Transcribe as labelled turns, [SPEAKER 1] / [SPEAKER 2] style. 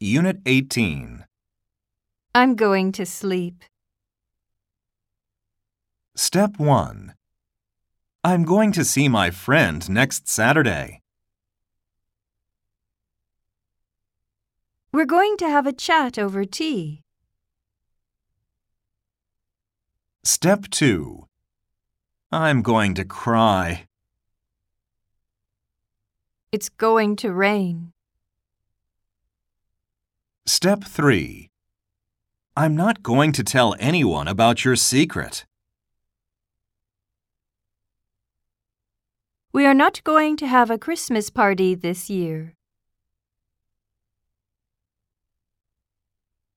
[SPEAKER 1] Unit 18.
[SPEAKER 2] I'm going to sleep.
[SPEAKER 1] Step 1. I'm going to see my friend next Saturday.
[SPEAKER 2] We're going to have a chat over tea.
[SPEAKER 1] Step 2. I'm going to cry.
[SPEAKER 2] It's going to rain.
[SPEAKER 1] Step 3. I'm not going to tell anyone about your secret.
[SPEAKER 2] We are not going to have a Christmas party this year.